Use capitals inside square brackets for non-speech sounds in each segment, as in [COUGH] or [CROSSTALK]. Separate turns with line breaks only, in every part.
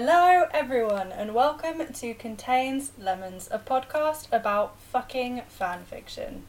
Hello, everyone, and welcome to Contains Lemons, a podcast about fucking fanfiction.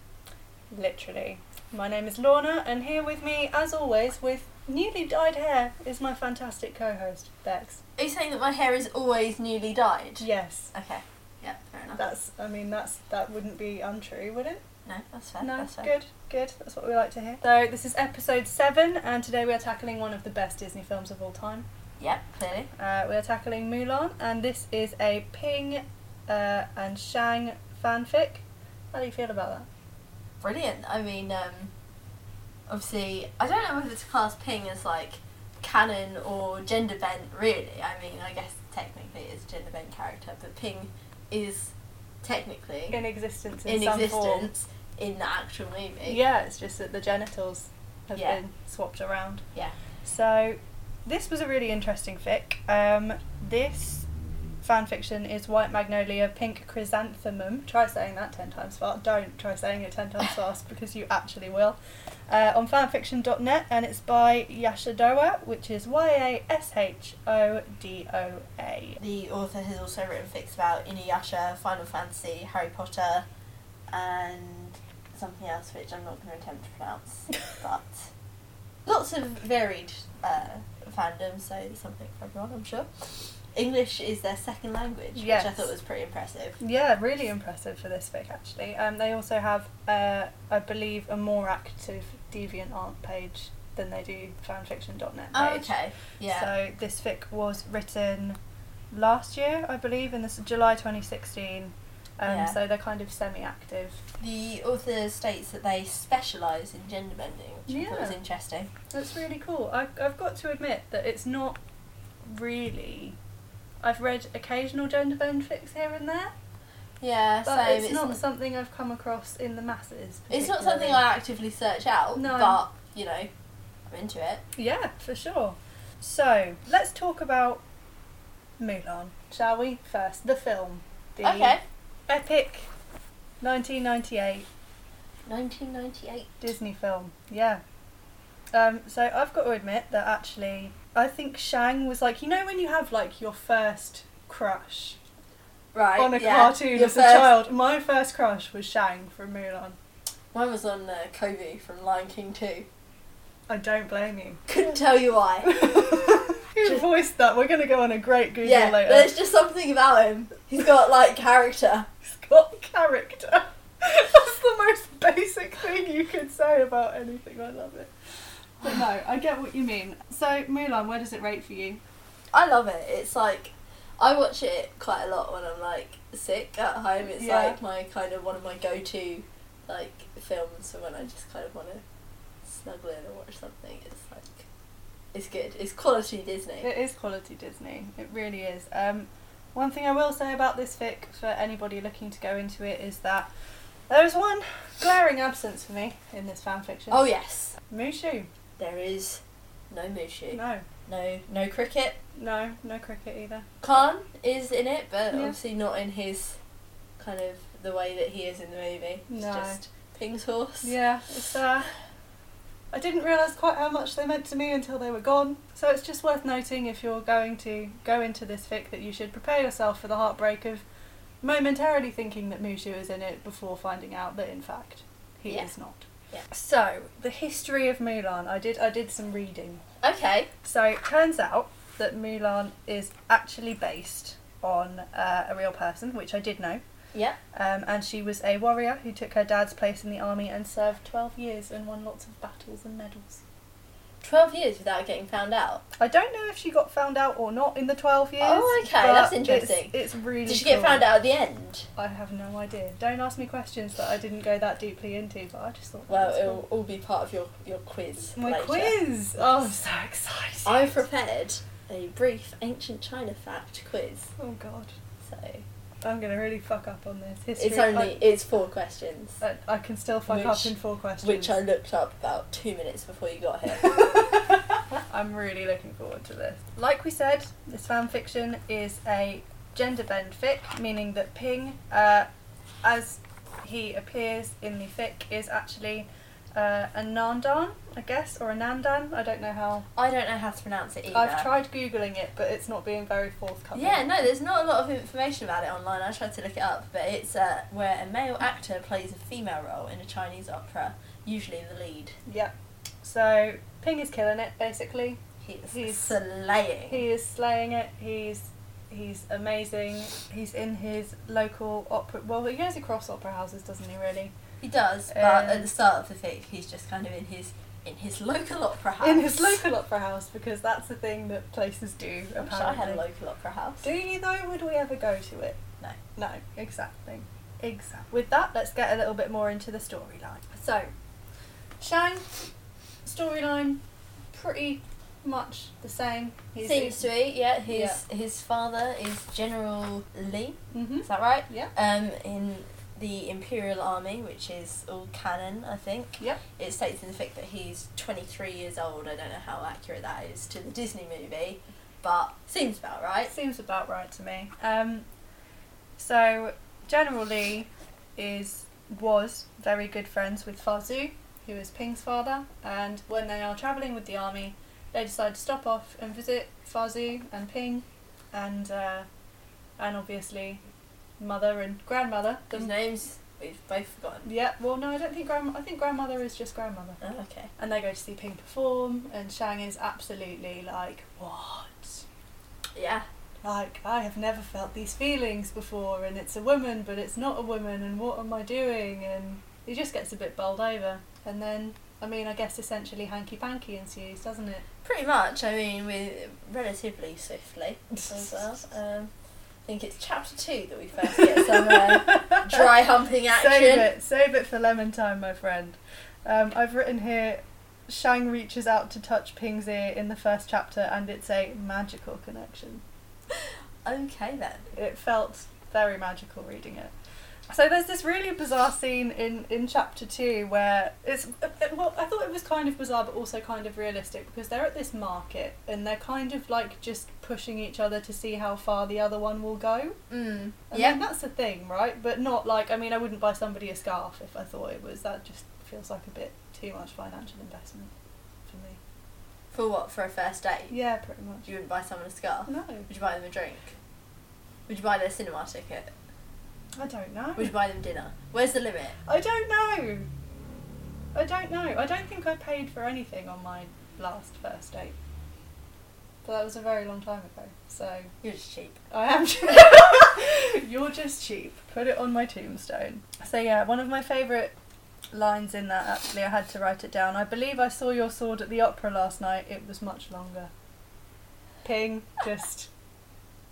Literally. My name is Lorna, and here with me, as always, with newly dyed hair, is my fantastic co host, Bex.
Are you saying that my hair is always newly dyed?
Yes.
Okay. Yeah, fair enough.
That's, I mean, that's that wouldn't be untrue, would it?
no, that's fair.
No,
that's fair.
good, good. That's what we like to hear. So, this is episode seven, and today we are tackling one of the best Disney films of all time.
Yep, clearly.
Uh, we are tackling Mulan, and this is a Ping uh, and Shang fanfic. How do you feel about that?
Brilliant. I mean, um, obviously, I don't know whether to class Ping as like canon or gender bent, really. I mean, I guess technically it's a gender bent character, but Ping is technically
In existence, in,
in
some form.
existence in the actual movie.
Yeah, it's just that the genitals have
Yeah.
been swapped around.
Yeah.
So, this was a really interesting fic. Um, this fanfiction is White Magnolia Pink Chrysanthemum. Try saying that 10 times fast. Don't try saying it 10 times fast because you actually will. Uh, on fanfiction.net and it's by Yashodoa, which is Y A S H O D O A.
The author has also written fics about Inuyasha, Final Fantasy, Harry Potter, and something else which I'm not going to attempt to
[LAUGHS]
pronounce. but lots of varied uh, fandom, so there's something for everyone, I'm sure. English is their second language, which I
Yes.
thought was pretty impressive.
Yeah, really impressive for this fic actually. Um, they also have, uh, I believe, a more active DeviantArt page than they do fanfiction.net page.
Oh, okay. Yeah.
So this fic was written last year, I believe, in this July 2016. Um,
Yeah.
So they're kind of semi-active.
the author states that they specialise in gender bending, which I thought was
Yeah.
interesting.
That's really cool. I, I've got to admit that it's not really. I've read occasional gender bend fics here and there,
Yeah,
but
so
it's, not something I've come across in the masses.
It's not something
particularly.
I actively search out,
No.
but you know, I'm into it.
Yeah, for sure. So let's talk about Mulan, shall we? First, the film, the
Okay.
epic 1998
1998.
Disney film. Yeah. Um, so I've got to admit that actually, I think Shang was like you know when you have like your first crush
Right.
on a
yeah.
cartoon
Your
as a
first-
child. My first crush was Shang from Mulan.
Mine was on uh, Kobe from Lion King 2.
I don't blame you. [LAUGHS]
Couldn't tell you why.
Who voiced that? We're gonna go on a great Google
yeah,
later.
there's just something about him. He's got like character.
Scott character. [LAUGHS] That's the most basic thing you could say about anything. I love it. But no, I get what you mean. So Mulan, where does it rate for you?
I love it. It's like I watch it quite a lot when I'm like sick at home. It's
Yeah.
like my kind of one of my go-to like films for when I just kind of want to snuggle in and watch something. It's like it's good. It's quality Disney.
It is quality Disney. It really is. Um, one thing I will say about this fic for anybody looking to go into it is that there is one glaring absence for me in this fanfiction.
Oh yes,
Mushu.
there is no Mushu.
No,
No, no cricket.
no, no cricket either.
Khan is in it, but
Yeah.
obviously not in his kind of the way that he is in the movie. It's
No.
just Ping's horse.
Yeah, it's uh I didn't realise quite how much they meant to me until they were gone. So it's just worth noting if you're going to go into this fic that you should prepare yourself for the heartbreak of momentarily thinking that Mushu is in it before finding out that in fact he
Yeah.
is not.
Yeah.
So the history of Mulan, I did I did some reading.
Okay.
So it turns out that Mulan is actually based on uh, a real person, which I did know.
Yeah.
Um, and she was a warrior who took her dad's place in the army and served 12 years and won lots of battles and medals.
Twelve years without getting found out.
I don't know if she got found out or not in the 12 years.
Oh, okay,
but
that's
it's-
interesting.
It's, really
Did she get
cool.
found out at the end?
I have no idea. Don't ask me questions that I didn't go that deeply into, but I just thought. that
Well,
was
it'll all be part of your your quiz.
cool. My
later.
quiz! Oh, I'm so excited.
I prepared a brief ancient China fact quiz,
oh, God.
so
I'm going to really fuck up on this. History.
it's only it's four questions,
I, I can still fuck
Which-
up in four questions.
which I looked up about two minutes before you got here.
[LAUGHS]
[LAUGHS]
I'm really looking forward to this. Like we said, this fan fiction is a gender bend fic, meaning that Ping, uh, as he appears in the fic, is actually uh, Anandan, I guess, or Anandan. I don't know how.
I don't know how to pronounce it either.
I've tried googling it, but it's not being very forthcoming.
Yeah, no, there's not a lot of information about it online. I tried to look it up, but it's uh, where a male actor plays a female role in a Chinese opera, usually the lead.
Yeah. So Ping is killing it, basically.
He is
He's-
slaying.
He is slaying it. He's he's amazing. He's in his local opera. Well, he goes across opera houses, doesn't he? Really,
He does, but
Um,
at the start of the fic, he's just kind of in his in his local opera house.
in his
[LAUGHS]
local opera house because that's the thing that places do.
I
Apparently.
wish I had a local opera house.
Do you though? Would we ever go to it?
No.
No, exactly. Exactly. With that, let's get a little bit more into the storyline. So, Shang, storyline, pretty much the same.
Seems to be, yeah. His
Yeah.
his father is General Li.
Mm-hmm.
Is that right?
Yeah.
Um, in the Imperial Army, which is all canon, I think.
Yep.
It states in the fic that he's 23 years old. I don't know how accurate that is to the Disney movie, but seems about right.
It seems about right to me. Um, so General Lee is was very good friends with Fazu, who is Ping's father, and when they are travelling with the army, they decide to stop off and visit Fazu and Ping, and uh, and obviously mother and grandmother. The-
His names we've both forgotten.
yeah, well, no, I don't think grandma. I think grandmother is just grandmother.
Oh, okay.
And they go to see Ping perform, and Shang is absolutely like, what?
Yeah.
like I have never felt these feelings before, and it's a woman, but it's not a woman, and what am I doing? And he just gets a bit bowled over, and then I mean, I guess essentially hanky panky ensues, doesn't it?
Pretty much. I mean, with relatively swiftly as
[LAUGHS]
well. Um, I think it's chapter two that we first get
[LAUGHS]
some uh, dry humping action.
Save it, save it for lemon time, my friend. Um, I've written here. Shang reaches out to touch Ping's ear in the first chapter, and it's a magical connection.
Okay then.
it felt very magical reading it. So there's this really bizarre scene in, in chapter two where it's uh, uh, well I thought it was kind of bizarre but also kind of realistic because they're at this market and they're kind of like just pushing each other to see how far the other one will go.
Mm.
I mean,
Yeah.
that's a thing, right? But not like I mean I wouldn't buy somebody a scarf if I thought it was that just feels like a bit too much financial investment for me.
For what? For a first date?
Yeah, pretty much.
You wouldn't buy someone a scarf.
No,
Would you buy them a drink? Would you buy their cinema ticket?
I don't know.
Would you buy them dinner? Where's the limit?
I don't know. I don't know. I don't think I paid for anything on my last first date. But that was a very long time ago. So
You're just cheap.
I am [LAUGHS] You're just cheap. Put it on my tombstone. So yeah, one of my favourite lines in that actually I had to write it down. I believe I saw your sword at the opera last night. It was much longer. Ping just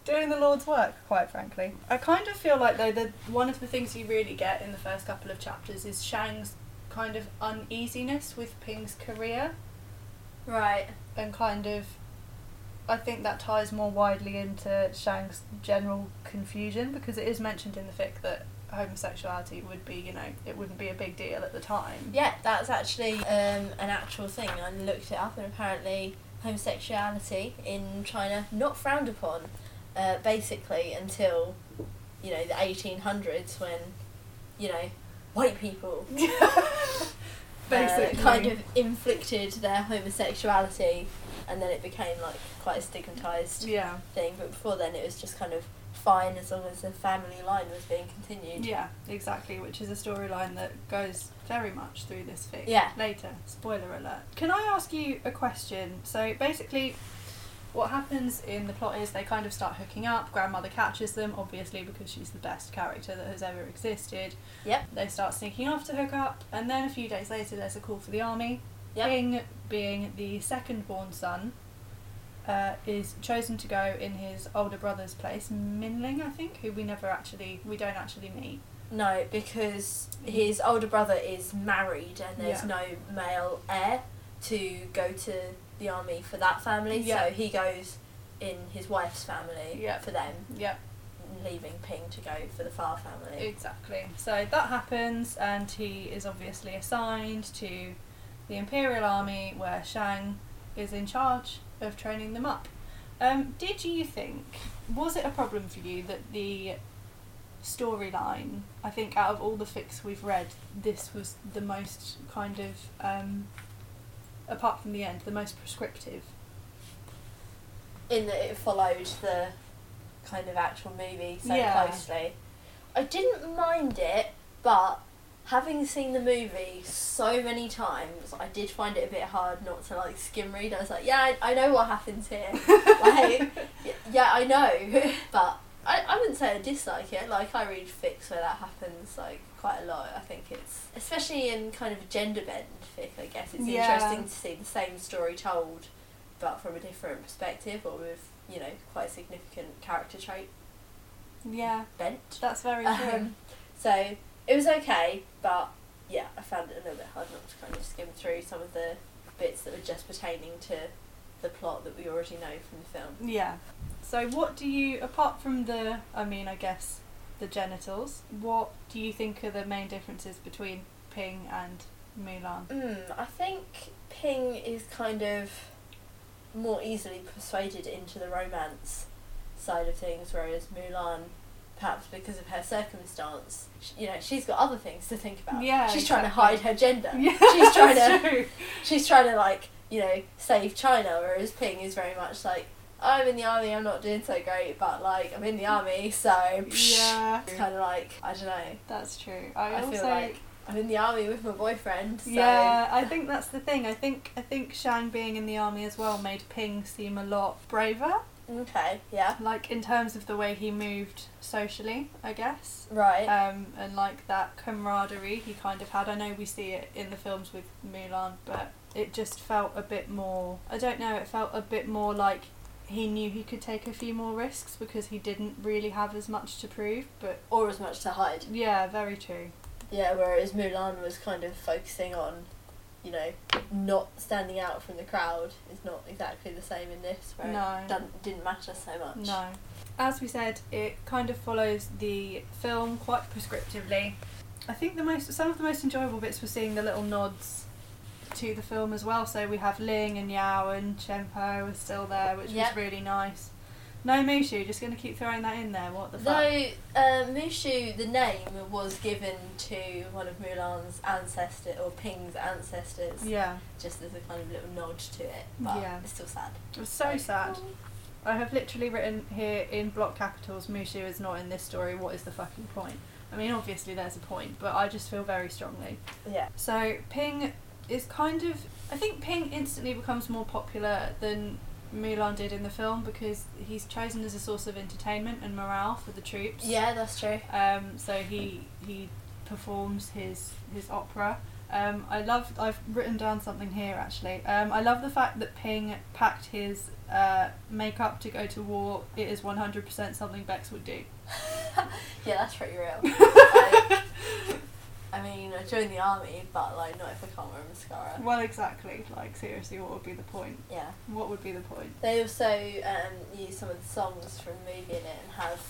doing the Lord's work, quite frankly. I kind of feel like though that one of the things you really get in the first couple of chapters is Shang's kind of uneasiness with Ping's career
Right.
and kind of I think that ties more widely into Shang's general confusion because it is mentioned in the fic that homosexuality would be, you know, it wouldn't be a big deal at the time.
Yeah, that's actually um, an actual thing. I looked it up, and apparently, homosexuality in China not frowned upon, uh, basically until, you know, the eighteen hundreds when, you know, white people
[LAUGHS]
uh,
Basically.
kind of inflicted their homosexuality, and then it became like quite a stigmatized
Yeah.
thing. But before then, it was just kind of fine as long as the family line was being continued.
Yeah, exactly, which is a storyline that goes very much through this fic.
Yeah.
Later. Spoiler alert. Can I ask you a question? So basically what happens in the plot is they kind of start hooking up, grandmother catches them, obviously because she's the best character that has ever existed.
Yep.
They start sneaking off to hook up, and then a few days later there's a call for the army.
Yep.
Ping, being the second born son, uh, is chosen to go in his older brother's place, Minling, I think, who we never actually, we don't actually meet.
No, because his older brother is married and there's
Yeah.
no male heir to go to the army for that family,
Yeah.
so he goes in his wife's family
Yeah.
for them,
Yep,
leaving Ping to go for the far family.
exactly. So that happens, and he is obviously assigned to the Imperial Army, where Shang is in charge of training them up. Um, did you think, was it a problem for you that the storyline, I think out of all the fics we've read, this was the most kind of, um, apart from the end, the most prescriptive.
in that it followed the kind of actual movie so
Yeah.
closely. I didn't mind it, but having seen the movie so many times, I did find it a bit hard not to like skim read. I was like, yeah, I, I know what happens here. like, [LAUGHS] y- yeah, I know, [LAUGHS] but I, I wouldn't say I dislike it. Like, I read fics where that happens like quite a lot. I think it's especially in kind of a gender bend fic. I guess it's
Yeah.
interesting to see the same story told, but from a different perspective or with you know quite a significant character trait
Yeah,
bent.
that's very true.
Um, so it was okay, but yeah, I found it a little bit hard not to kind of skim through some of the bits that were just pertaining to the plot that we already know from the film.
Yeah. So, what do you, apart from the, I mean, I guess, the genitals, what do you think are the main differences between Ping and Mulan?
Mm, I think Ping is kind of more easily persuaded into the romance side of things, whereas Mulan, perhaps because of her circumstance, sh you know, she's got other things to think about.
Yeah,
she's trying to
exactly.
hide her gender.
[LAUGHS] Yeah,
she's trying
that's
to [LAUGHS]
true.
she's trying to like you know save China, whereas Ping is very much like I'm in the army, I'm not doing so great, but like I'm in the army, so
Yeah.
it's kind of like I don't know.
That's true. I,
I
also,
feel like I'm in the army with my boyfriend. So
yeah, I think that's the thing. I think I think Shan being in the army as well made Ping seem a lot braver,
Okay. Yeah.
like in terms of the way he moved socially, I guess.
Right.
Um, and like that camaraderie he kind of had. I know we see it in the films with Mulan, but it just felt a bit more. I don't know. It felt a bit more like he knew he could take a few more risks because he didn't really have as much to prove. But
or as much to hide.
yeah, very true.
Yeah, whereas Mulan was kind of focusing on, you know, not standing out from the crowd is not exactly the same in this, where
No.
it doesn't, didn't matter so much.
No. As we said, it kind of follows the film quite prescriptively. I think the most some of the most enjoyable bits were seeing the little nods to the film as well. So we have Ling and Yao and Chen Po are still there, which was
Yep.
really nice. No Mushu, just going to keep throwing that in there. What the fuck?
Though uh, Mushu, the name, was given to one of Mulan's ancestor or Ping's ancestors,
Yeah,
just as a kind of little nod to it. But
Yeah.
it's still sad.
it was so sad. I have literally written here in block capitals, Mushu is not in this story. What is the fucking point? I mean, obviously there's a point, but I just feel very strongly.
Yeah.
So Ping is kind of I think Ping instantly becomes more popular than Mulan did in the film because he's chosen as a source of entertainment and morale for the troops.
Yeah, that's true.
Um, so he he performs his his opera. Um, I love. I've written down something here actually. Um, I love the fact that Ping packed his uh, makeup to go to war. It is one hundred percent something Bex would do.
Yeah, that's pretty [LAUGHS] real. Like, I mean, I joined the army, but like, not if I can't wear mascara.
well, exactly. Like seriously, what would be the point?
Yeah.
What would be the point?
They also um, use some of the songs from the movie in it and have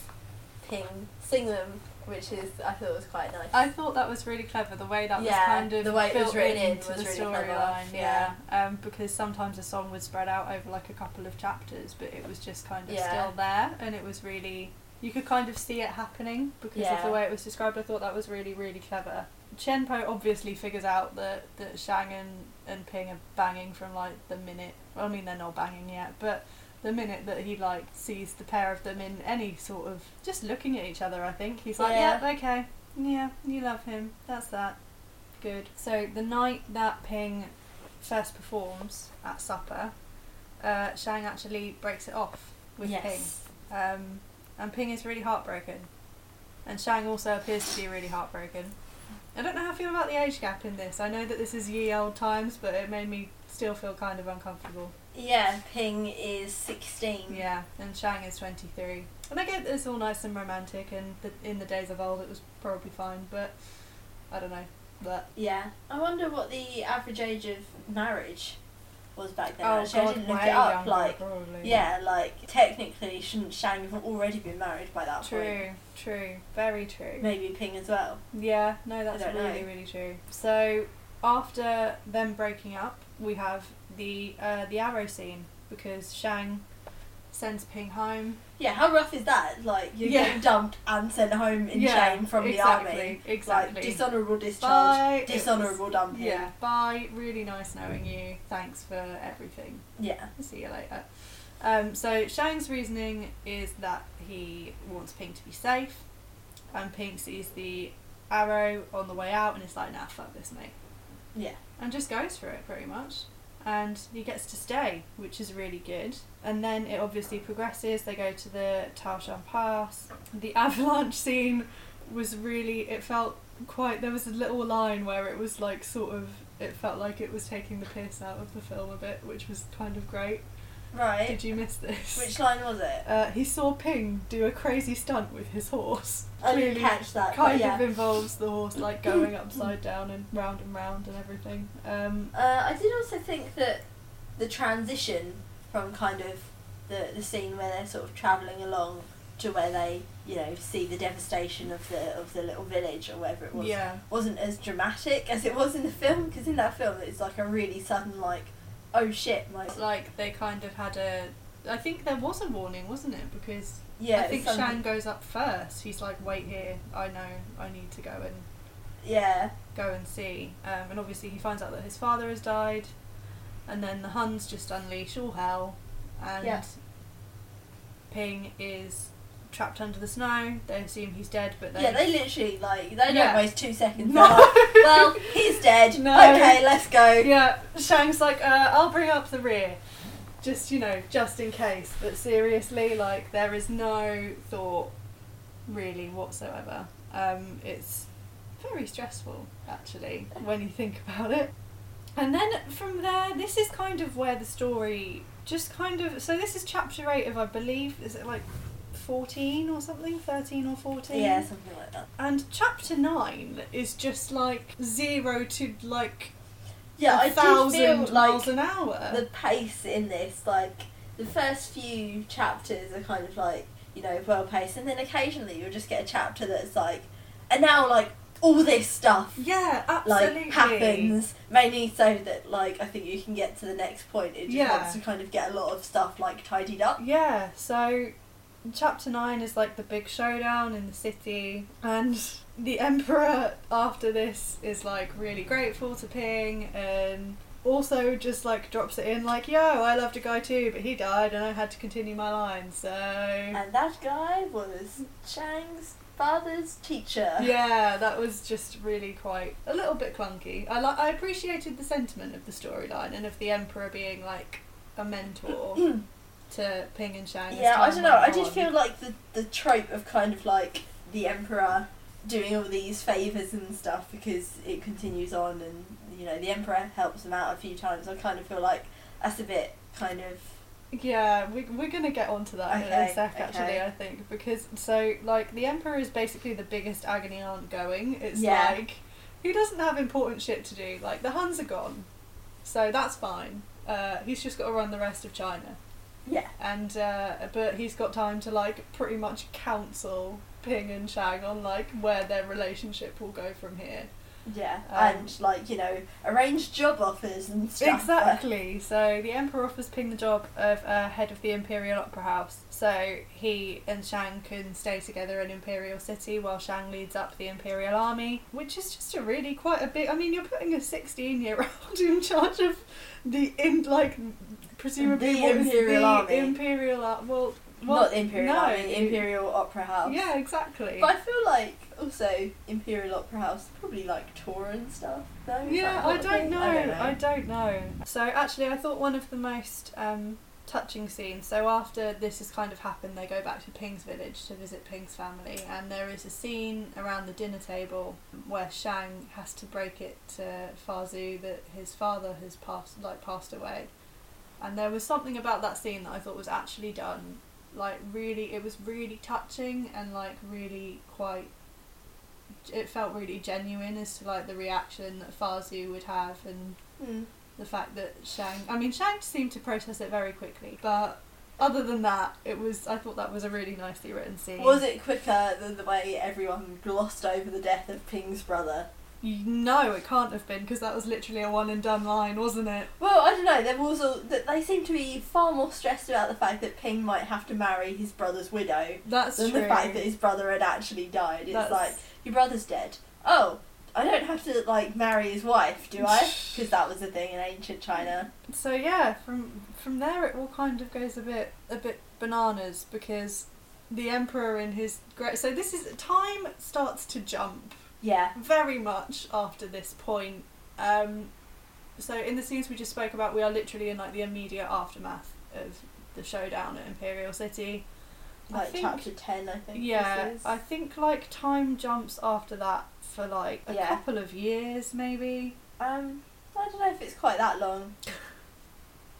Ping sing them, which is I thought was quite nice.
I thought that was really clever. The way that
Yeah,
was kind of
the way it was
built
written in
into
was
the
really clever,
storyline.
yeah.
um, because sometimes a song would spread out over like a couple of chapters, but it was just kind of
Yeah.
still there, and it was really you could kind of see it happening because of
Yeah.
the way it was described. I thought that was really really clever. Chen Po obviously figures out that that Shang and, and Ping are banging from like the minute. Well, I mean they're not banging yet, but the minute that he like sees the pair of them in any sort of just looking at each other, I think he's like,
Yeah.
yeah, okay, yeah, you love him. That's that. Good. So the night that Ping first performs at supper, uh, Shang actually breaks it off with
yes.
Ping, um, and Ping is really heartbroken, and Shang also appears to be really heartbroken. I don't know how I feel about the age gap in this. I know that this is ye old times, but it made me still feel kind of uncomfortable.
Yeah, Ping is sixteen.
Yeah, and Shang is 23. And I get that it's all nice and romantic, and the, in the days of old it was probably fine, but I don't know. But
Yeah. I wonder what the average age of marriage was back then. Actually, I didn't look
oh way
it up.
younger,
like,
probably.
yeah, like technically, shouldn't Shang have already been married by that point?
True, true, very true.
Maybe Ping as well.
Yeah, no, that's
don't know.
really, really true. So after them breaking up, we have the uh, the arrow scene because Shang sends Ping home.
Yeah, how rough is that? Like you're
Yeah.
getting dumped and sent home in
Yeah,
shame from
exactly,
the army.
Exactly.
Like dishonourable discharge,
Bye. It was-
dishonourable dumping.
Yeah. Bye. Really nice knowing you. Thanks for everything.
Yeah.
See you later. Um, so Shang's reasoning is that he wants Ping to be safe, and Ping sees the arrow on the way out and is like, "Nah, fuck this, mate,"
Yeah.
and just goes for it pretty much. And he gets to stay, which is really good. And then it obviously progresses. They go to the Taoshan Pass. The [LAUGHS] avalanche scene was really. It felt quite. There was a little line where it was like sort of. It felt like it was taking the piss out of the film a bit, which was kind of great.
Right.
Did you miss this?
Which line was it?
uh, he saw Ping do a crazy stunt with his horse.
I didn't
Clearly
catch Oh, that.
kind
but yeah.
of involves the horse
[LAUGHS]
like going upside down and round and round and everything. Um,
Uh, I did also think that the transition from kind of the, the scene where they're sort of travelling along to where they, you know, see the devastation of the of the little village or whatever it was
yeah,
wasn't as dramatic as it was in the film because in that film it's like a really sudden like oh shit my
It's like they kind of had a. I think there was a warning, wasn't it? Because
yeah
I think
it's
Shang
sudden-
goes up first. He's like, "Wait here. I know. I need to go and
yeah
go and see." Um, and obviously, he finds out that his father has died, and then the Huns just unleash all hell, and
Yeah.
Ping is trapped under the snow. They assume he's dead, but they
yeah they literally like they don't
Yeah.
waste two seconds
No. [LAUGHS]
They're like, well he's dead
No.
okay let's go
yeah. Shang's like, uh, "I'll bring up the rear." Just you know, just in case. But seriously, like there is no thought really whatsoever. Um, it's very stressful actually when you think about it. And then from there, this is kind of where the story just kind of. So this is chapter eight of I believe is it like fourteen or something, thirteen or fourteen?
yeah something like that
And chapter nine is just like zero to like
yeah
a
I do
thousand
feel like
miles an hour.
the pace in this, like the first few chapters are kind of like you know well paced, and then occasionally you'll just get a chapter that's like, and now like all this stuff
yeah,
like
absolutely.
happens mainly so that like I think you can get to the next point. It just
Yeah.
wants to kind of get a lot of stuff like tidied up.
Yeah, so chapter 9 is like the big showdown in the city, and the Emperor, after this, is like really grateful to Ping and also just like drops it in, like, yo, I loved a guy too, but he died and I had to continue my line, so.
And that guy was Chang's father's teacher.
yeah, that was just really quite a little bit clunky. I like I appreciated the sentiment of the storyline and of the emperor being like a
[CLEARS THROAT]
mentor to Ping and Shang. as
Yeah, I
time
don't know. I
went
did
on.
feel like the, the trope of kind of like the emperor doing all these favors and stuff because it continues on and you know the emperor helps them out a few times. I kind of feel like that's a bit kind of
Yeah, we, we're going to get onto that in a
Okay,
sec, actually,
okay.
I think. Because, so, like, the Emperor is basically the biggest agony aunt going. It's
Yeah.
like, he doesn't have important shit to do. Like, the Huns are gone, so that's fine. Uh, he's just got to run the rest of China.
yeah
And, uh, but he's got time to, like, pretty much counsel Ping and Shang on, like, where their relationship will go from here.
yeah
Um,
and like you know arrange job offers and stuff. but-
Exactly. So the Emperor offers Ping the job of uh, head of the Imperial Opera House. So he and Shang can stay together in Imperial City while Shang leads up the Imperial Army, which is just a really quite a big. I mean, you're putting a 16 year old [LAUGHS] in charge of the in like presumably
The
what is
Imperial
the
Army.
Imperial Ar- well, well,
Not the Imperial
no,
Army, Imperial Opera House.
Yeah, exactly.
But I feel like also Imperial Opera House probably like tour and stuff though. is
Yeah,
that
I
not a
don't
thing?
know.
I don't know.
I don't know. So actually, I thought one of the most um, touching scenes. So after this has kind of happened, they go back to Ping's village to visit Ping's family, and there is a scene around the dinner table where Shang has to break it to Farzu that his father has passed, like passed away. And there was something about that scene that I thought was actually done, like really, it was really touching and like really quite it felt really genuine as to like the reaction that Farzu would have and
Hmm.
the fact that Shang I mean Shang seemed to process it very quickly, but other than that, it was I thought that was a really nicely written scene.
Was it quicker than the way everyone glossed over the death of Ping's brother?
You know it can't have been because that was literally a one and done line, wasn't it?
Well, I don't know. They've also that they seem to be far more stressed about the fact that Ping might have to marry his brother's widow
That's
than
true.
the fact that his brother had actually died. It's
That's-
like your brother's dead. Oh, I don't have to like marry his wife,
[LAUGHS]
do I? Because that was a thing in ancient China.
So yeah, from from there it all kind of goes a bit a bit bananas because the emperor and his great so this is time starts to jump
Yeah.
very much after this point. Um, so in the scenes we just spoke about, we are literally in like the immediate aftermath of the showdown at Imperial City. I
Like
think-
chapter ten, I think.
Yeah,
this is.
I think like time jumps after that for like a
Yeah.
couple of years maybe.
um, I don't know if it's quite that long.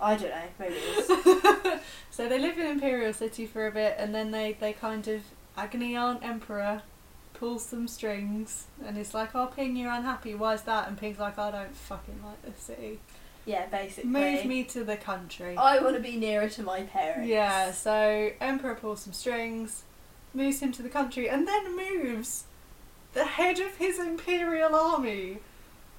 I don't know.
[LAUGHS]
Maybe it is.
So they live in Imperial City for a bit and then they, they kind of agony aunt emperor pulls some strings and it's like, Oh Ping, you're unhappy, why's that? And Ping's like, I don't fucking like this city.
Yeah, basically.
Move me to the country.
I want to be nearer to my parents.
Yeah, so Emperor pulls some strings, moves him to the country, and then moves the head of his imperial army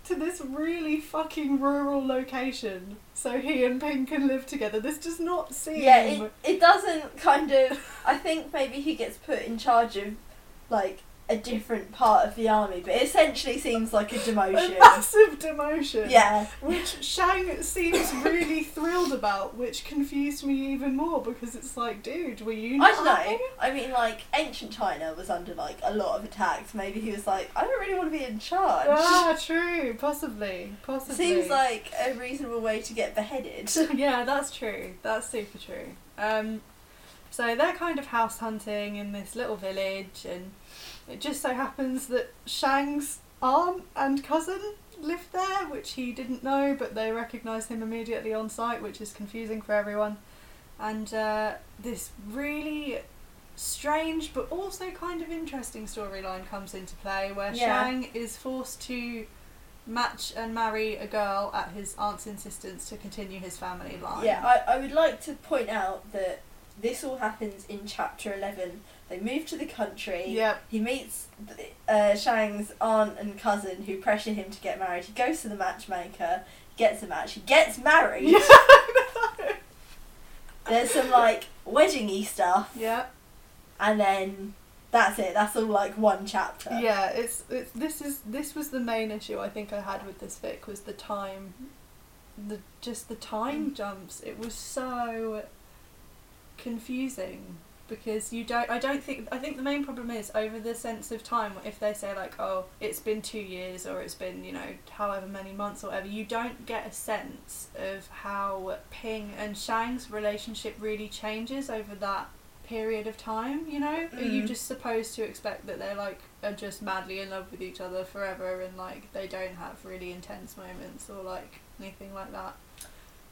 to this really fucking rural location so he and Ping can live together. This does not seem.
Yeah, it, it doesn't kind of.
[LAUGHS]
I think maybe he gets put in charge of, like, a different part of the army, but it essentially seems like a
[LAUGHS] a
demotion.
massive demotion.
yeah.
Which Shang seems really thrilled about, which confused me even more because it's like, dude, were you
I
not
don't know.
happy?
I mean, like, ancient China was under, like, a lot of attacks. Maybe he was like, I don't really want to be in charge.
Ah, true, possibly, possibly.
Seems like a reasonable way to get beheaded. [LAUGHS]
[LAUGHS] yeah, that's true. That's super true. Um, so they're kind of house hunting in this little village, and it just so happens that Shang's aunt and cousin lived there, which he didn't know, but they recognise him immediately on sight, which is confusing for everyone. And uh, this really strange but also kind of interesting storyline comes into play where
Yeah.
Shang is forced to match and marry a girl at his aunt's insistence to continue his family line.
Yeah, I, I would like to point out that this all happens in chapter 11. They move to the country.
Yep.
He meets th- uh, Shang's aunt and cousin who pressure him to get married. He goes to the matchmaker, gets a match, he
[LAUGHS]
gets married.
Yeah, I know.
There's some like wedding y stuff,
Yep.
and then that's it. That's all like one chapter.
Yeah, it's it's this is this was the main issue I think I had with this fic was the time the just the
Mm.
time jumps. It was so confusing because you don't I don't think I think the main problem is over the sense of time if they say like oh it's been 2 years or it's been you know however many months or whatever you don't get a sense of how Ping and Shang's relationship really changes over that period of time you know are you
Mm.
just supposed to expect that they're like are just madly in love with each other forever and like they don't have really intense moments or like anything like that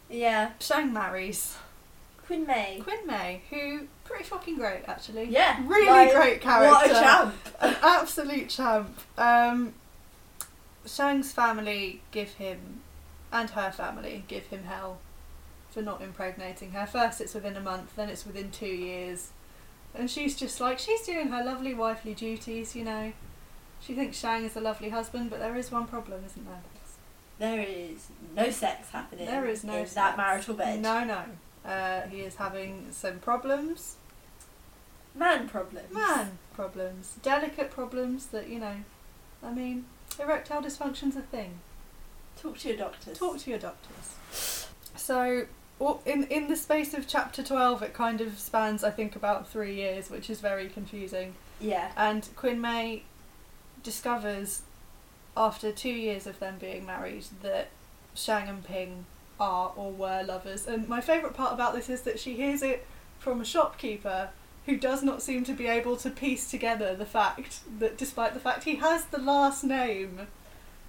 Yeah.
Shang marries
Quinn May.
Quinn May, who pretty fucking great actually.
Yeah.
really
like,
great character.
What a champ.
An absolute champ. Um, Shang's family give him, and her family give him hell for not impregnating her. First, it's within a month, then it's within two years, and she's just like she's doing her lovely wifely duties, you know. She thinks Shang is a lovely husband, but there is one problem, isn't there?
There is no sex happening.
There is no
in
sex.
that marital bed.
No, no. Uh, he is having some problems.
Man problems.
man problems, delicate problems that you know. I mean, erectile dysfunction's a thing.
Talk to your doctors.
Talk to your doctors. So, well, in in the space of chapter twelve, it kind of spans, I think, about three years, which is very confusing.
Yeah.
And Quinn May discovers, after two years of them being married, that Shang and Ping are or were lovers. And my favourite part about this is that she hears it from a shopkeeper who does not seem to be able to piece together the fact that despite the fact he has the last name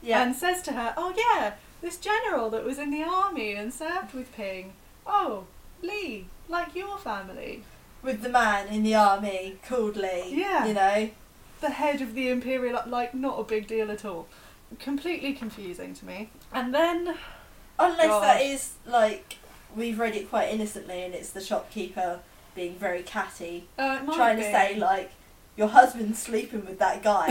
Yeah.
and says to her, Oh, yeah, this general that was in the army and served with Ping. Oh, Lee, like your family.
with the man in the army called Lee.
Yeah.
You know?
the head of the Imperial, like, not a big deal at all. Completely confusing to me. And then,
Unless that
Gosh.
is like we've read it quite innocently and it's the shopkeeper being very catty,
uh, it might
trying
be- [LAUGHS]
to say like your husband's sleeping with that guy.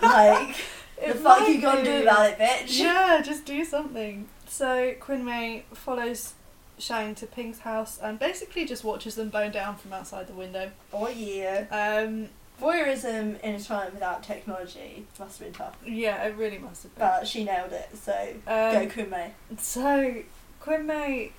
like
It
the fuck you
might
gonna
be.
do about it, [LAUGHS] bitch?
Yeah, just do something. So Quinmay follows Shane to Ping's house and basically just watches them bone down from outside the window.
Oh yeah.
Um,
Voyeurism in a time without technology must have been tough.
yeah, it really must have been.
But she nailed it, so go
Um,
Kume.
so Quinmay,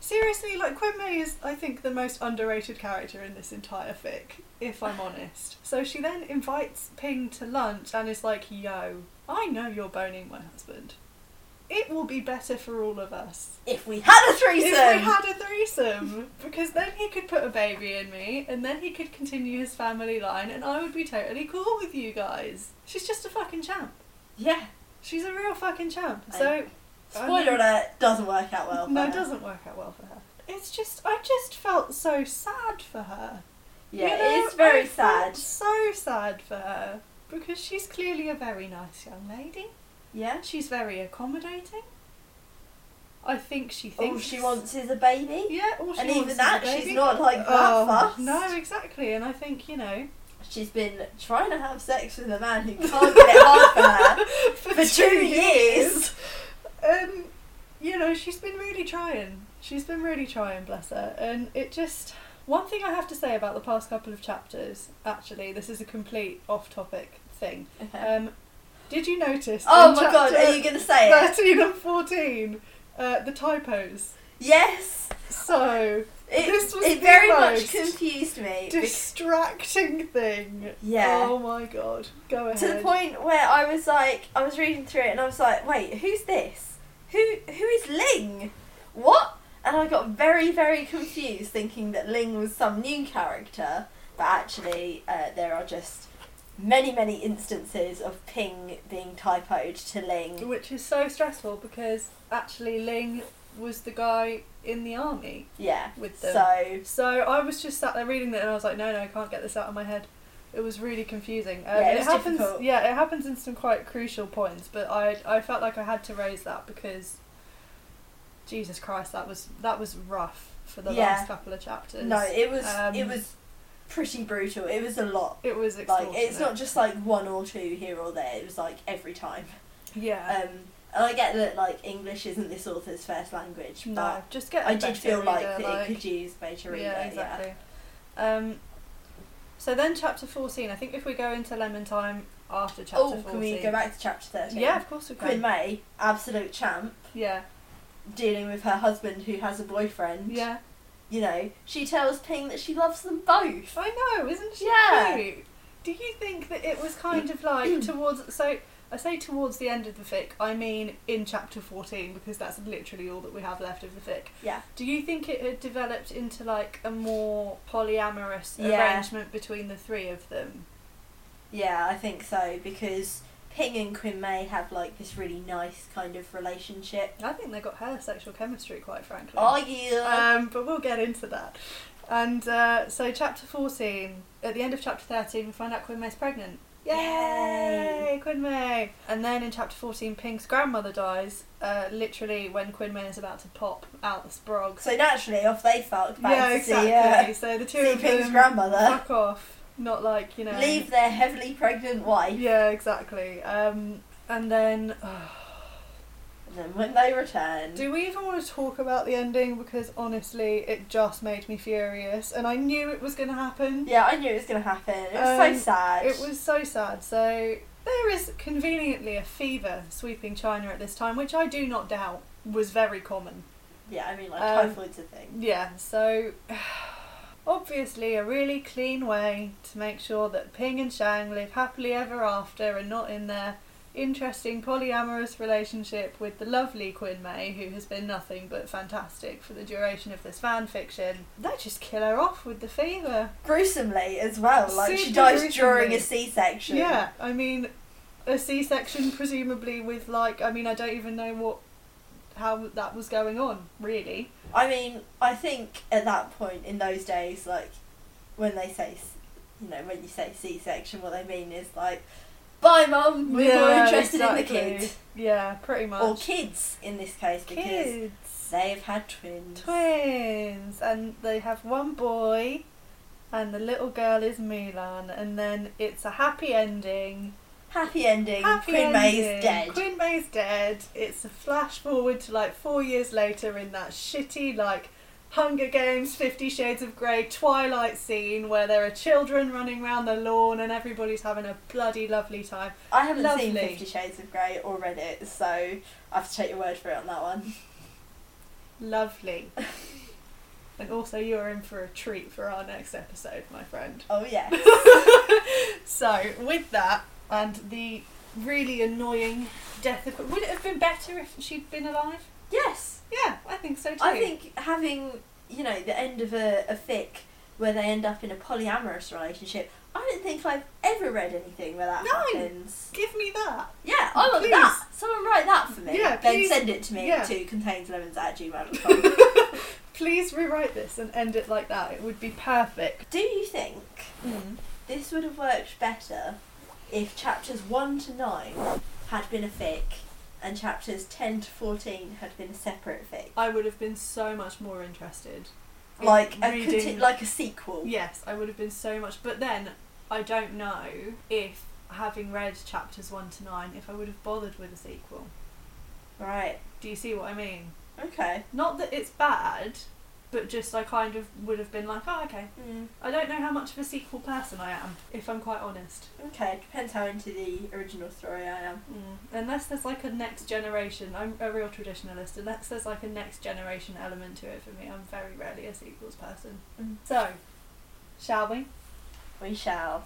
seriously, like Quinmay is, I think, the most underrated character in this entire fic, if
[LAUGHS]
I'm honest. So she then invites Ping to lunch and is like, "Yo, I know you're boning my husband. It will be better for all of us."
If we had a threesome!
If we had a threesome, because then he could put a baby in me, and then he could continue his family line, and I would be totally cool with you guys. She's just a fucking champ.
yeah.
She's a real fucking champ.
I-
So
Spoiler alert, doesn't work out well. for
no,
her.
it doesn't work out well for her. It's just I just felt so sad for her.
Yeah,
You know,
it's very
I
sad.
felt So sad for her because she's clearly a very nice young lady.
Yeah.
She's very accommodating. I think she thinks
All she wants is a baby.
Yeah, all she
And
wants
even
is
that,
a
she's
baby.
not, like, that
Oh,
fussed.
No, exactly. And I think you know,
She's been trying to have sex with a man who can't get it hard for her
[LAUGHS] for,
for two years.
um, you know, she's been really trying. She's been really trying, bless her. And it just one thing I have to say about the past couple of chapters. Actually, this is a complete off-topic thing.
Okay.
Um, did you notice?
oh
in
my god,
chapter
are you going to say it?
Thirteen and fourteen, uh, the typos.
Yes.
So
It,
This was
it
the
very
most
much confused me.
distracting thing.
Yeah.
Oh my god. Go ahead.
to the point where I was like, I was reading through it and I was like, wait, who's this? Who who is Ling? What? And I got very very confused, thinking that Ling was some new character, but actually uh, there are just many many instances of Ping being typoed to Ling.
Which is so stressful because actually Ling was the guy in the army
Yeah.
with them.
So
So I was just sat there reading it and I was like, no, no, I can't get this out of my head. It was really confusing. Um,
Yeah, it was
happens.
difficult.
Yeah, it happens in some quite crucial points, but I I felt like I had to raise that because Jesus Christ, that was that was rough for the
Yeah.
last couple of chapters.
no, it was
um,
it was pretty brutal. It was a lot.
it was
Like
extortionate.
it's not just like one or two here or there. It was like every time.
Yeah.
Um, and I get that like English isn't this author's first language,
no,
but
just get. a
I did
better
feel like
reader,
that
like-
it could use beta reader.
Yeah, exactly. Um, so then, chapter fourteen. I think if we go into lemon time after chapter
Oh,
fourteen.
can we go back to chapter thirteen?
Yeah, of course we can.
Quinn May, absolute champ,
Yeah,
dealing with her husband who has a boyfriend.
yeah.
You know, she tells Ping that she loves them both.
I know, isn't she
Yeah.
cute? Do you think that it was kind [CLEARS THROAT] of like towards? So I say towards the end of the fic. I mean in chapter fourteen because that's literally all that we have left of the fic.
Yeah.
Do you think it had developed into like a more polyamorous
Yeah.
arrangement between the three of them?
Yeah, I think so because Ping and Quinn May have like this really nice kind of relationship.
I think they got her sexual chemistry, quite frankly.
Are you?
um, but we'll get into that. And uh, so, chapter 14, at the end of chapter 13, we find out Quinn May's pregnant. Yay! Quinn May! And then in chapter 14, Pink's grandmother dies, uh, literally when Quinn May is about to pop out the sprogs.
so naturally, off they fuck back
yeah,
to
exactly.
see, uh,
so the two
see
of
Ping's
them
grandmother.
fuck off. Not like, you know.
leave their heavily pregnant wife.
Yeah, exactly. Um, and then. oh,
And then when they return,
Do we even want to talk about the ending? Because honestly, it just made me furious, and I knew it was going to happen.
yeah, I knew it was gonna happen. It was
Um,
so sad.
It was so sad. So there is conveniently a fever sweeping China at this time, which I do not doubt was very common.
Yeah, I mean, like
um,
typhoid's a thing.
Yeah, so [SIGHS] obviously a really clean way to make sure that Ping and Shang live happily ever after and not in their interesting polyamorous relationship with the lovely Quinn May, who has been nothing but fantastic for the duration of this fan fiction. They just kill her off with the fever.
Gruesomely as well. Like she
Super
dies
gruesomely.
during a C-section.
Yeah, I mean, a C-section presumably with like I mean I don't even know what how that was going on really.
I mean, I think at that point in those days, like when they say, s- you know, when you say C-section, what they mean is like, bye, mum. We're more
Yeah,
interested in the
exactly.
kid
Yeah, pretty much.
or kids in this case because
kids,
they've had twins.
twins, and they have one boy, and the little girl is Mulan, and then it's a happy ending.
Happy ending.
Happy
Queen May's
ending.
dead.
Queen May's dead. It's a flash forward to like four years later in that shitty like Hunger Games, Fifty Shades of Grey, Twilight scene where there are children running around the lawn and everybody's having a bloody lovely time.
I haven't seen
Lovely.
Fifty Shades of Grey or read it, so I have to take your word for it on that one. [LAUGHS]
Lovely. and also you are in for a treat for our next episode, my friend.
Oh
[LAUGHS]
yeah.
So with that and the really annoying death of would it have been better if she'd been alive?
yes.
Yeah, I think so too.
I think having you know the end of a, a fic where they end up in a polyamorous relationship. I don't think I've ever read anything where that
No.
happens.
give me that.
Yeah, I want
Please.
that. Someone write that for me.
Yeah,
then
please.
send it to me
Yeah.
to containslemons at gmail.com.
Please rewrite this and end it like that. It would be perfect.
Do you think Mm. this would have worked better if chapters 1 to 9 had been a fic and chapters 10 to 14 had been a separate fic?
I would have been so much more interested. in
Like a conti-
reading-
like a sequel.
yes, I would have been so much. But then I don't know if having read chapters one to nine, if I would have bothered with a sequel.
Right.
Do you see what I mean?
Okay.
Not that it's bad, but just I kind of would have been like, oh okay.
Mm,
I don't know how much of a sequel person I am, if I'm quite honest.
okay. Depends how into the original story I am.
Unless there's like a next generation, I'm a real traditionalist. Unless there's like a next generation element to it for me, I'm very rarely a sequels person.
Mm.
So, shall we?
We shall.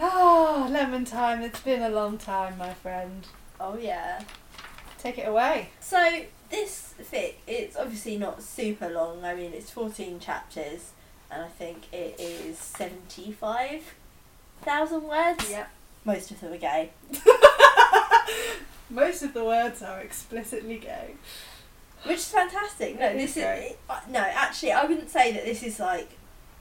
Ah, lemon time. It's been a long time, my friend.
Oh yeah.
Take it away.
So this fic, it's obviously not super long. I mean, it's fourteen chapters, and I think it is seventy-five thousand words.
Yep.
Most of them are gay.
Most of the words are explicitly gay.
Which is fantastic. No,
It
this
is
is
great.
uh, no. Actually, I wouldn't say that this is like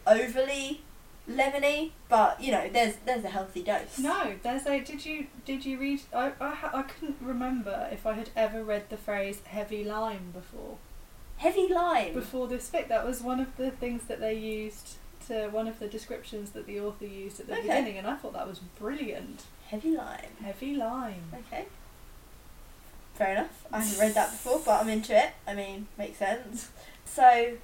overly lemony, but you know, there's there's a healthy dose.
No, there's a. Did you did you read? I I, ha- I couldn't remember if I had ever read the phrase heavy lime before.
heavy lime.
before this fic. That was one of the things that they used to one of the descriptions that the author used at the
Okay.
beginning, and I thought that was brilliant.
Heavy lime.
Heavy lime.
Okay. Fair enough. I haven't read that before, but I'm into it. I mean, makes sense. So,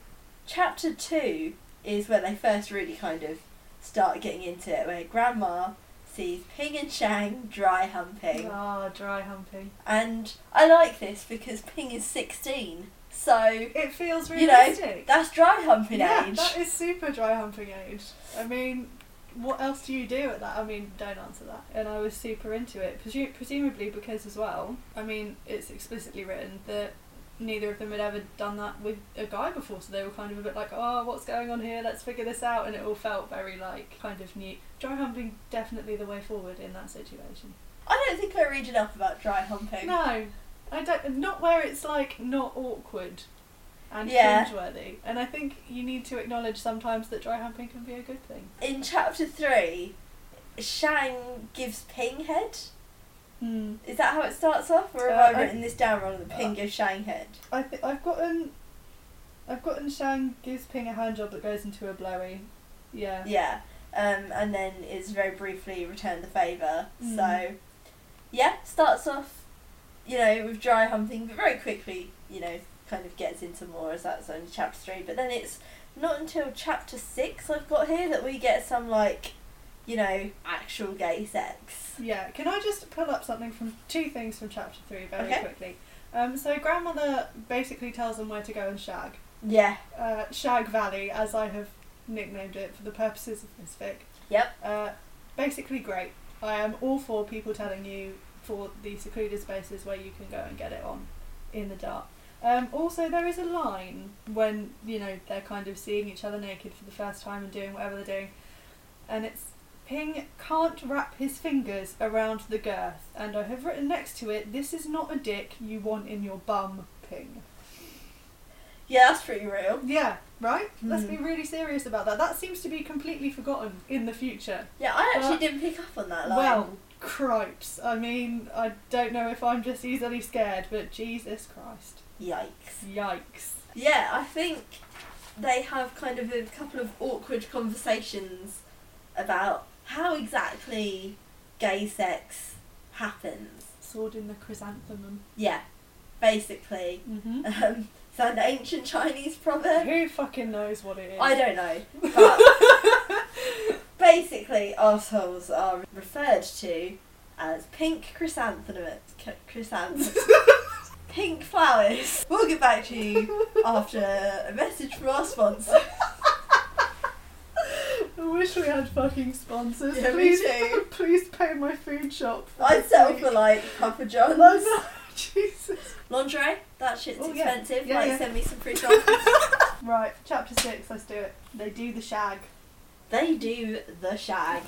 chapter two is where they first really kind of start getting into it, where Grandma sees Ping and Shang dry humping.
Ah, dry humping.
And I like this because Ping is 16, so
It feels
You know,
realistic.
that's dry humping
yeah,
age.
that is super dry humping age. I mean, what else do you do at that? I mean, don't answer that. And I was super into it, presu- presumably because as well. I mean, it's explicitly written that. Neither of them had ever done that with a guy before, so they were kind of a bit like, "Oh, what's going on here? Let's figure this out." And it all felt very like kind of new. Dry humping definitely the way forward in that situation.
I don't think I read enough about dry humping.
No, I don't. Not where it's like not awkward and
Yeah.
cringeworthy. And I think you need to acknowledge sometimes that dry humping can be a good thing.
In chapter three, Shang gives Ping head.
Mm.
Is that how it starts off, or
Uh,
have I
I-
written this down wrong? The ping
Uh,
of Shang head.
I th- I've gotten, I've gotten Shang gives Ping a hand job that goes into a blowy. Yeah.
Yeah, um, and then it's very briefly returned the favour.
Mm.
So, yeah, starts off, you know, with dry humping, but very quickly, you know, kind of gets into more as that's only chapter three. But then it's not until chapter six I've got here that we get some like, you know, actual gay sex.
Yeah, can I just pull up something from two things from chapter three very
Okay.
quickly? Um, so grandmother basically tells them where to go and shag.
Yeah.
Uh, shag Valley, as I have nicknamed it for the purposes of this fic.
Yep.
Uh, basically, great. I am all for people telling you for the secluded spaces where you can go and get it on in the dark. Um, also, there is a line when you know they're kind of seeing each other naked for the first time and doing whatever they're doing, and it's Ping can't wrap his fingers around the girth, and I have written next to it, "This is not a dick you want in your bum, Ping."
Yeah, that's pretty real.
Yeah, right? Let's
Mhm.
be really serious about that. That seems to be completely forgotten in the future.
Yeah, I actually
But-
didn't pick up on that line.
Well, cripes. I mean, I don't know if I'm just easily scared, but Jesus Christ.
Yikes.
Yikes.
Yeah, I think they have kind of a couple of awkward conversations about how exactly gay sex happens.
Sword in the chrysanthemum.
Yeah, basically.
Mm-hmm.
Um, it's an ancient Chinese
Uh,
proverb.
Who fucking knows what it is?
[LAUGHS]
I don't know. But basically, arseholes are referred to as pink chrysanthemums. Chrysanthemums. Pink flowers. We'll get back to you after a message from our sponsor.
I wish we had fucking sponsors.
Yeah, me
please,
too.
[LAUGHS] please pay my food shop.
I'd settle
[LAUGHS]
for like Papa John's.
No, no, [LAUGHS] Jesus.
Lingerie, that shit's
Oh, yeah.
expensive.
Yeah,
like,
yeah.
send me some
[LAUGHS]
free samples.
Right, chapter six. Let's do it. They do the shag.
they do the shag.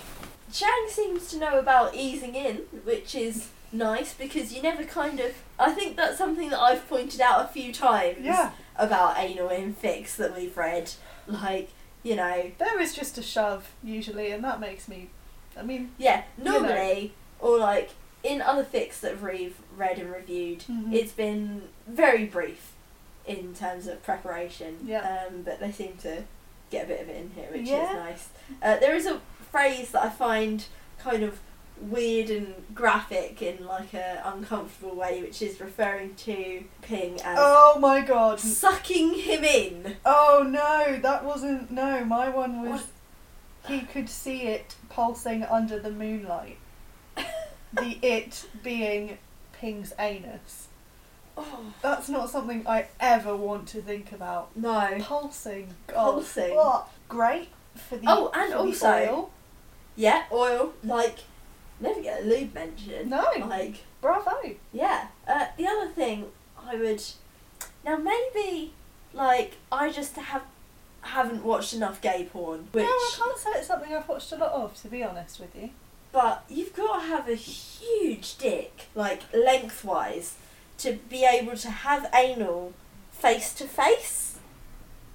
Shag seems to know about easing in, which is nice because you never kind of. I think that's something that I've pointed out a few times
Yeah,
about anal infix that we've read. Like, you know,
there is just a shove usually, and that makes me. I mean,
yeah,
You know.
normally, or like in other fics that we've read and reviewed,
Mhm.
it's been very brief in terms of preparation.
Yeah.
Um, but they seem to get a bit of it in here, which
Yeah.
is nice. Uh, there is a phrase that I find kind of weird and graphic in like a uncomfortable way, which is referring to Ping as
oh my god.
sucking him in.
Oh no, that wasn't. No, my one was. He could see it pulsing under the
[LAUGHS]
moonlight. the it being Ping's anus.
Oh
That's not something I ever want to think about.
no.
Pulsing. God.
Pulsing.
What? Great for the.
Oh, and
for the
also-
oil.
Yeah, oil. Like, never get a lube mentioned.
No.
Like,
Bravo.
yeah. Uh, the other thing I would now maybe like I just have haven't watched enough gay porn, which
No, I can't say it's something I've watched a lot of, to be honest with you.
but you've got to have a huge dick, like lengthwise, to be able to have anal face to face.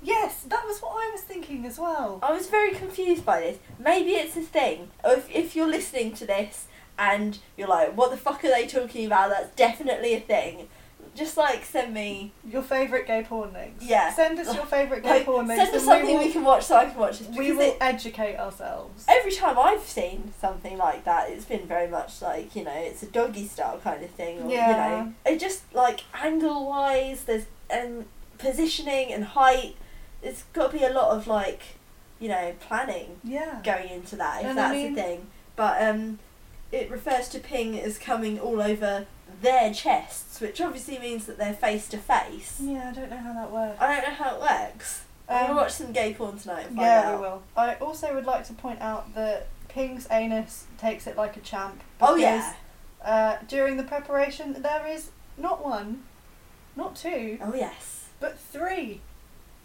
Yes, that was what I was thinking as well.
I was very confused by this. Maybe it's a thing. If if you're listening to this and you're like, what the fuck are they talking about? That's definitely a thing. Just like send me
Your favourite gay porn links.
Yeah.
Send us your favourite gay
Like,
porn links.
send us
and we
something we,
will-
can watch so I can watch it. Because
We will
it-
educate ourselves.
every time I've seen something like that, it's been very much like, you know, it's a doggy style kind of thing. Or,
Yeah.
You know, it just, like, angle wise, there's and positioning and height. There's got to be a lot of, like, you know, planning
Yeah.
going into that, if
And I
that's
mean-
a thing. But um, it refers to ping as coming all over their chests, which obviously means that they're face to face.
Yeah, I don't know how that works.
I don't know how it works. I'm
Um,
gonna watch some gay porn tonight. And find
yeah,
out.
we will. I also would like to point out that Ping's anus takes it like a champ.
Oh
because,
yeah.
Uh, during the preparation, there is not one, not two,
Oh yes.
but three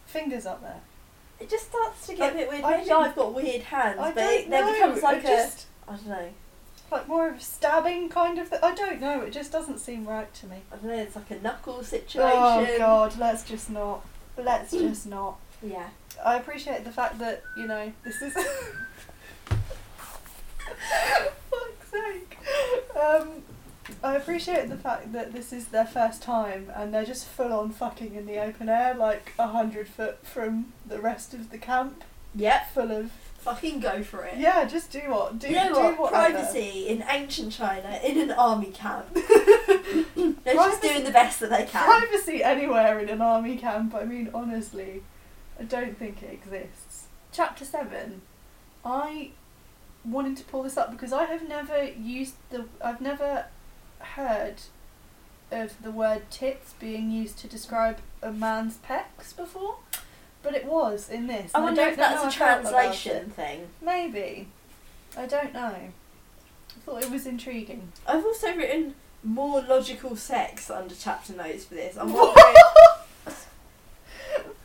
fingers up there.
It just starts to get a bit weird.
I
Maybe
don't-
I've got weird hands,
I
but
don't
it, there
know.
becomes like
it just,
a. I don't know.
like more of a stabbing kind of. Th- I don't know. It just doesn't seem right to me.
I don't know. It's like a knuckle situation. Mm.
Oh God, let's just not. Let's just not.
Yeah.
I appreciate the fact that, you know, this is. [LAUGHS] Fuck's sake. Um, I appreciate the fact that this is their first time and they're just full on fucking in the open air, like a hundred foot from the rest of the camp,
Yep.
full of.
Fucking go for it.
Yeah, just do what? Do,
you know
do
what?
whatever.
Privacy in ancient China in an army
[LAUGHS]
camp. They're just
Privacy-
doing the best that they can.
Privacy anywhere in an army camp, I mean, honestly, I don't think it exists. Chapter 7, I wanted to pull this up because I have never used the. I've never heard of the word tits being used to describe a man's pecs before, but it was in this.
I
and
wonder
don't
if
know
that's a
how I felt about it.
translation thing.
Maybe. I don't know. I thought it was intriguing.
I've also written more logical sex under chapter notes for this. I'm wondering.
what?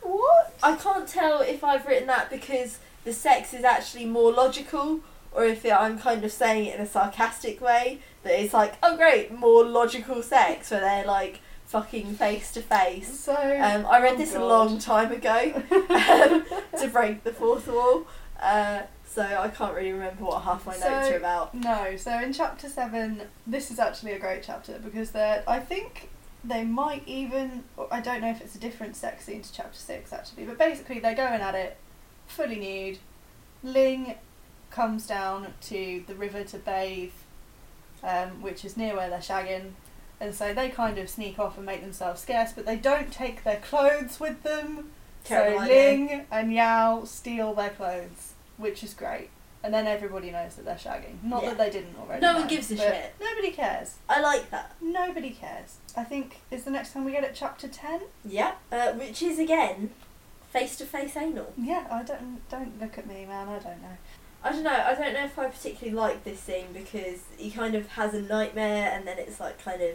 what?
I can't tell if I've written that because the sex is actually more logical or if it, I'm kind of saying it in a sarcastic way that it's like, oh great, more logical sex where they're like fucking face to face.
So
Um, I read
Oh,
this a
God.
long time ago [LAUGHS] um, to break the fourth wall, uh, so I can't really remember what half my notes
So-
are about.
no, so in chapter seven, this is actually a great chapter because they're. I think they might even. or I don't know if it's a different sex scene to chapter six actually, but basically they're going at it, fully nude. Ling comes down to the river to bathe, um, which is near where they're shagging. And so they kind of sneak off and make themselves scarce, but they don't take their clothes with them.
Terrible
so
idea.
Ling and Yao steal their clothes, which is great. And then everybody knows that they're shagging. Not
Yeah.
that they didn't already.
No one
know,
gives a
but
shit.
Nobody cares.
I like that.
Nobody cares. I think is the next time we get at chapter ten.
Yeah. Uh, which is again face to face anal.
Yeah, I don't don't look at me, man. I don't know.
I don't know. I don't know if I particularly like this scene because he kind of has a nightmare and then it's like kind of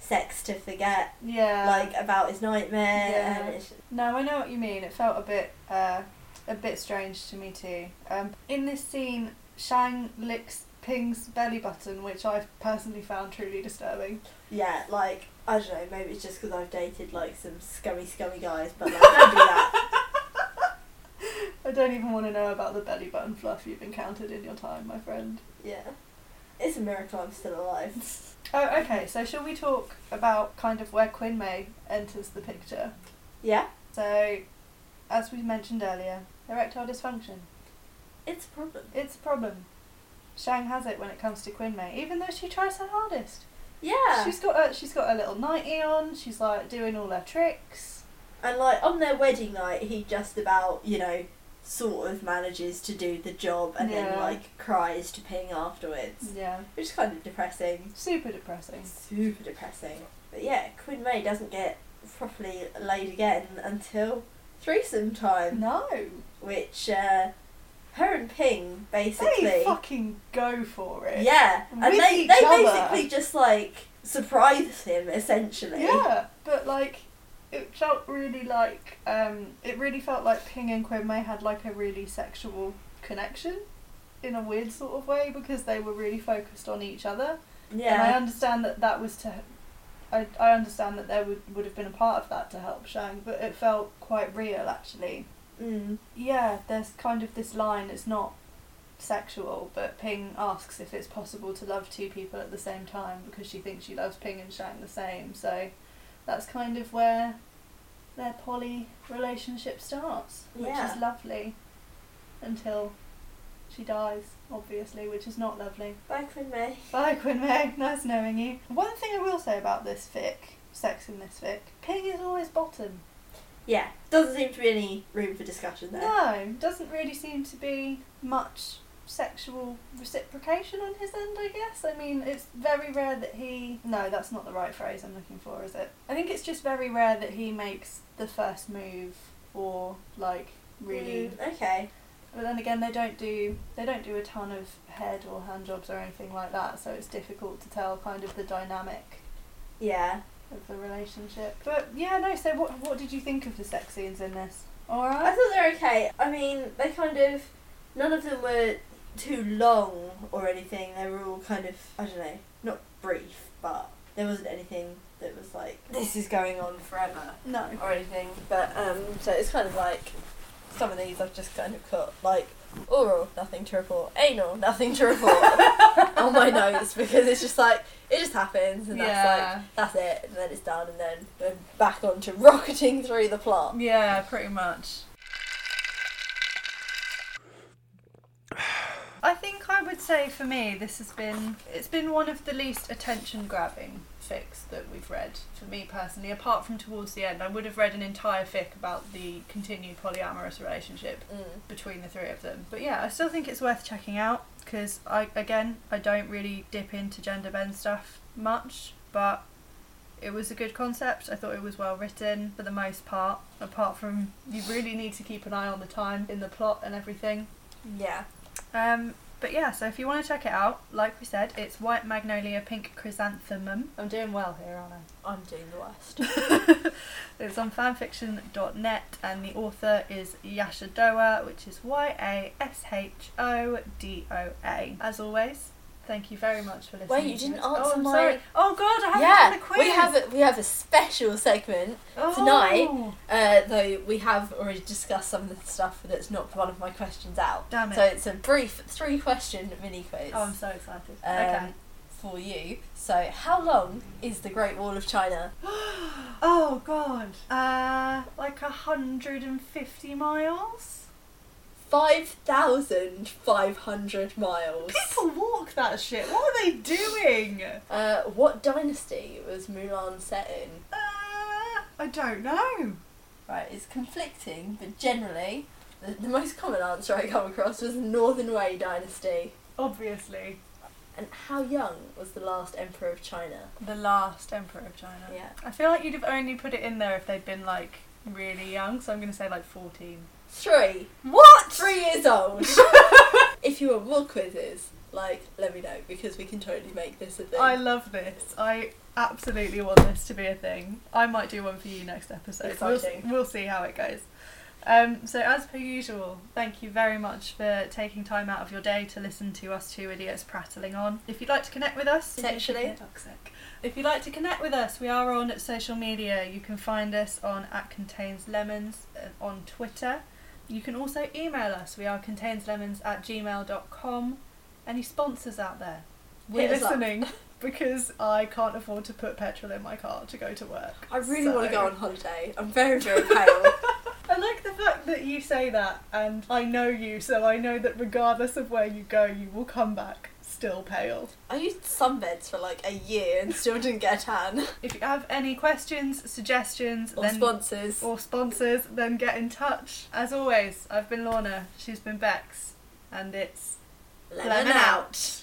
sex to forget,
Yeah.
like about his nightmare.
Yeah.
And it's,
No, I know what you mean. It felt a bit uh, a bit strange to me too. Um, in this scene, Shang licks Ping's belly button, which I've personally found truly disturbing.
yeah, like I don't know. Maybe it's just because I've dated like some scummy, scummy guys, but like, don't do that.
I don't even want to know about the belly button fluff you've encountered in your time, my friend.
[LAUGHS] Yeah. It's a miracle I'm still alive. [LAUGHS]
Oh, okay. So shall we talk about kind of where Quinmay enters the picture?
Yeah.
So, as we mentioned earlier, erectile dysfunction.
It's a problem.
It's a problem. Shang has it when it comes to Quinmay, even though she tries her hardest.
Yeah.
She's got her, she's got her little nightie on. She's like doing all her tricks.
And like on their wedding night, he just about you know sort of manages to do the job and then
Yeah.
like cries to Ping afterwards,
Yeah,
which is kind of depressing.
super depressing.
Super depressing. But yeah, Queen May doesn't get properly laid again until threesome time,
No,
which uh, her and Ping basically.
they fucking go for it.
yeah, and
With
they
each
they
other.
basically just like surprise him essentially.
yeah, but like it felt really like um, it really felt like Ping and Quinmay had like a really sexual connection in a weird sort of way because they were really focused on each other. And I
Yeah.
understand that that was to. I, I understand that there would, would have been a part of that to help Shang, but it felt quite real actually.
Mm.
Yeah, there's kind of this line, it's not sexual, but Ping asks if it's possible to love two people at the same time because she thinks she loves Ping and Shang the same, so that's kind of where their poly relationship starts, which
Yeah.
is lovely until she dies, obviously, which is not lovely.
Bye, Queen May.
Bye, Quinn Meg. Nice knowing you. One thing I will say about this fic, sex in this fic, Ping is always bottom.
Yeah, doesn't seem to be any room for discussion there.
No, doesn't really seem to be much sexual reciprocation on his end, I guess. I mean, it's very rare that he. No, that's not the right phrase I'm looking for, is it? I think it's just very rare that he makes the first move or, like, really.
Mm, okay.
But then again, they don't do they don't do a ton of head or hand jobs or anything like that, so it's difficult to tell kind of the dynamic
Yeah.
of the relationship. But yeah, no. So what what did you think of the sex scenes in this? All
I
right.
thought they were okay. I mean, they kind of. None of them were too long or anything. They were all kind of. I don't know. Not brief, but there wasn't anything that was like. This is going on forever
No.
or anything. But, um, so it's kind of like. Some of these I've just kind of cut. Like, oral, nothing to report. Anal, nothing to report on my notes because it's just like. It just happens and that's like. that's it, and then it's done, and then we're back on to [LAUGHS] rocketing through the plot.
Yeah, pretty much. I think I would say for me this has been it's been one of the least attention grabbing fics that we've read for me personally apart from towards the end I would have read an entire fic about the continued polyamorous relationship
Mm.
between the three of them. But yeah, I still think it's worth checking out because I again I don't really dip into gender bend stuff much, but it was a good concept. I thought it was well written for the most part. Apart from you really need to keep an eye on the time in the plot and everything.
Yeah.
Um, but yeah, so if you want to check it out, like we said, it's White Magnolia Pink Chrysanthemum. I'm doing well here, aren't I?
I'm doing the [LAUGHS] worst.
it's on fanfiction.net and the author is Yashodoa, which is Y A S H O D O A. As always, thank you very much for listening.
Wait, you
to
didn't
us.
answer
oh, I'm
my-
Sorry. Oh God, I haven't done the
yeah,
quiz.
we have a, we have a special segment.
oh.
tonight. Uh, though we have already discussed some of the stuff that's not one of my questions out.
Damn it.
So it's a brief three question mini quiz.
Oh, I'm so excited.
um,
okay.
For you, so how long is the Great Wall of China?
Oh God. Uh, like hundred and fifty miles.
5,500 miles.
People walk that shit. What are they doing?
Uh, what dynasty was Mulan set in?
Uh, I don't know.
Right, it's conflicting, but generally,
The, the most common answer I come across was Northern Wei dynasty.
Obviously,
And how young was the last emperor of China?
the last emperor of China.
Yeah.
I feel like you'd have only put it in there if they'd been like really young. So I'm gonna say like 14.
Three.
What?
Three
[LAUGHS]
years old. [LAUGHS] if you want more quizzes, like, let me know because we can totally make this a thing.
I love this. I absolutely want this to be a thing. I might do one for you next episode.
Exciting.
We'll, we'll see how it goes. Um, so, as per usual, thank you very much for taking time out of your day to listen to us two idiots prattling on. If you'd like to connect with us,
Sexually.
Toxic. If you'd like to connect with us, we are on social media. You can find us on at contains lemons uh, on Twitter. You can also email us. We are containslemons at gmail.com. Any sponsors out there? We're
Hit us up.
listening because I can't afford to put petrol in my car to go to work.
I really
So-
want to go on holiday. I'm very, very
[LAUGHS]
pale.
I like the fact that you say that, and I know you, so I know that regardless of where you go, you will come back still pale.
I used sunbeds for like a year and still didn't get a tan.
If you have any questions, suggestions,
Or
then
sponsors.
or sponsors, then get in touch. As always, I've been Lorna, she's been Bex, and it's
Lemon out.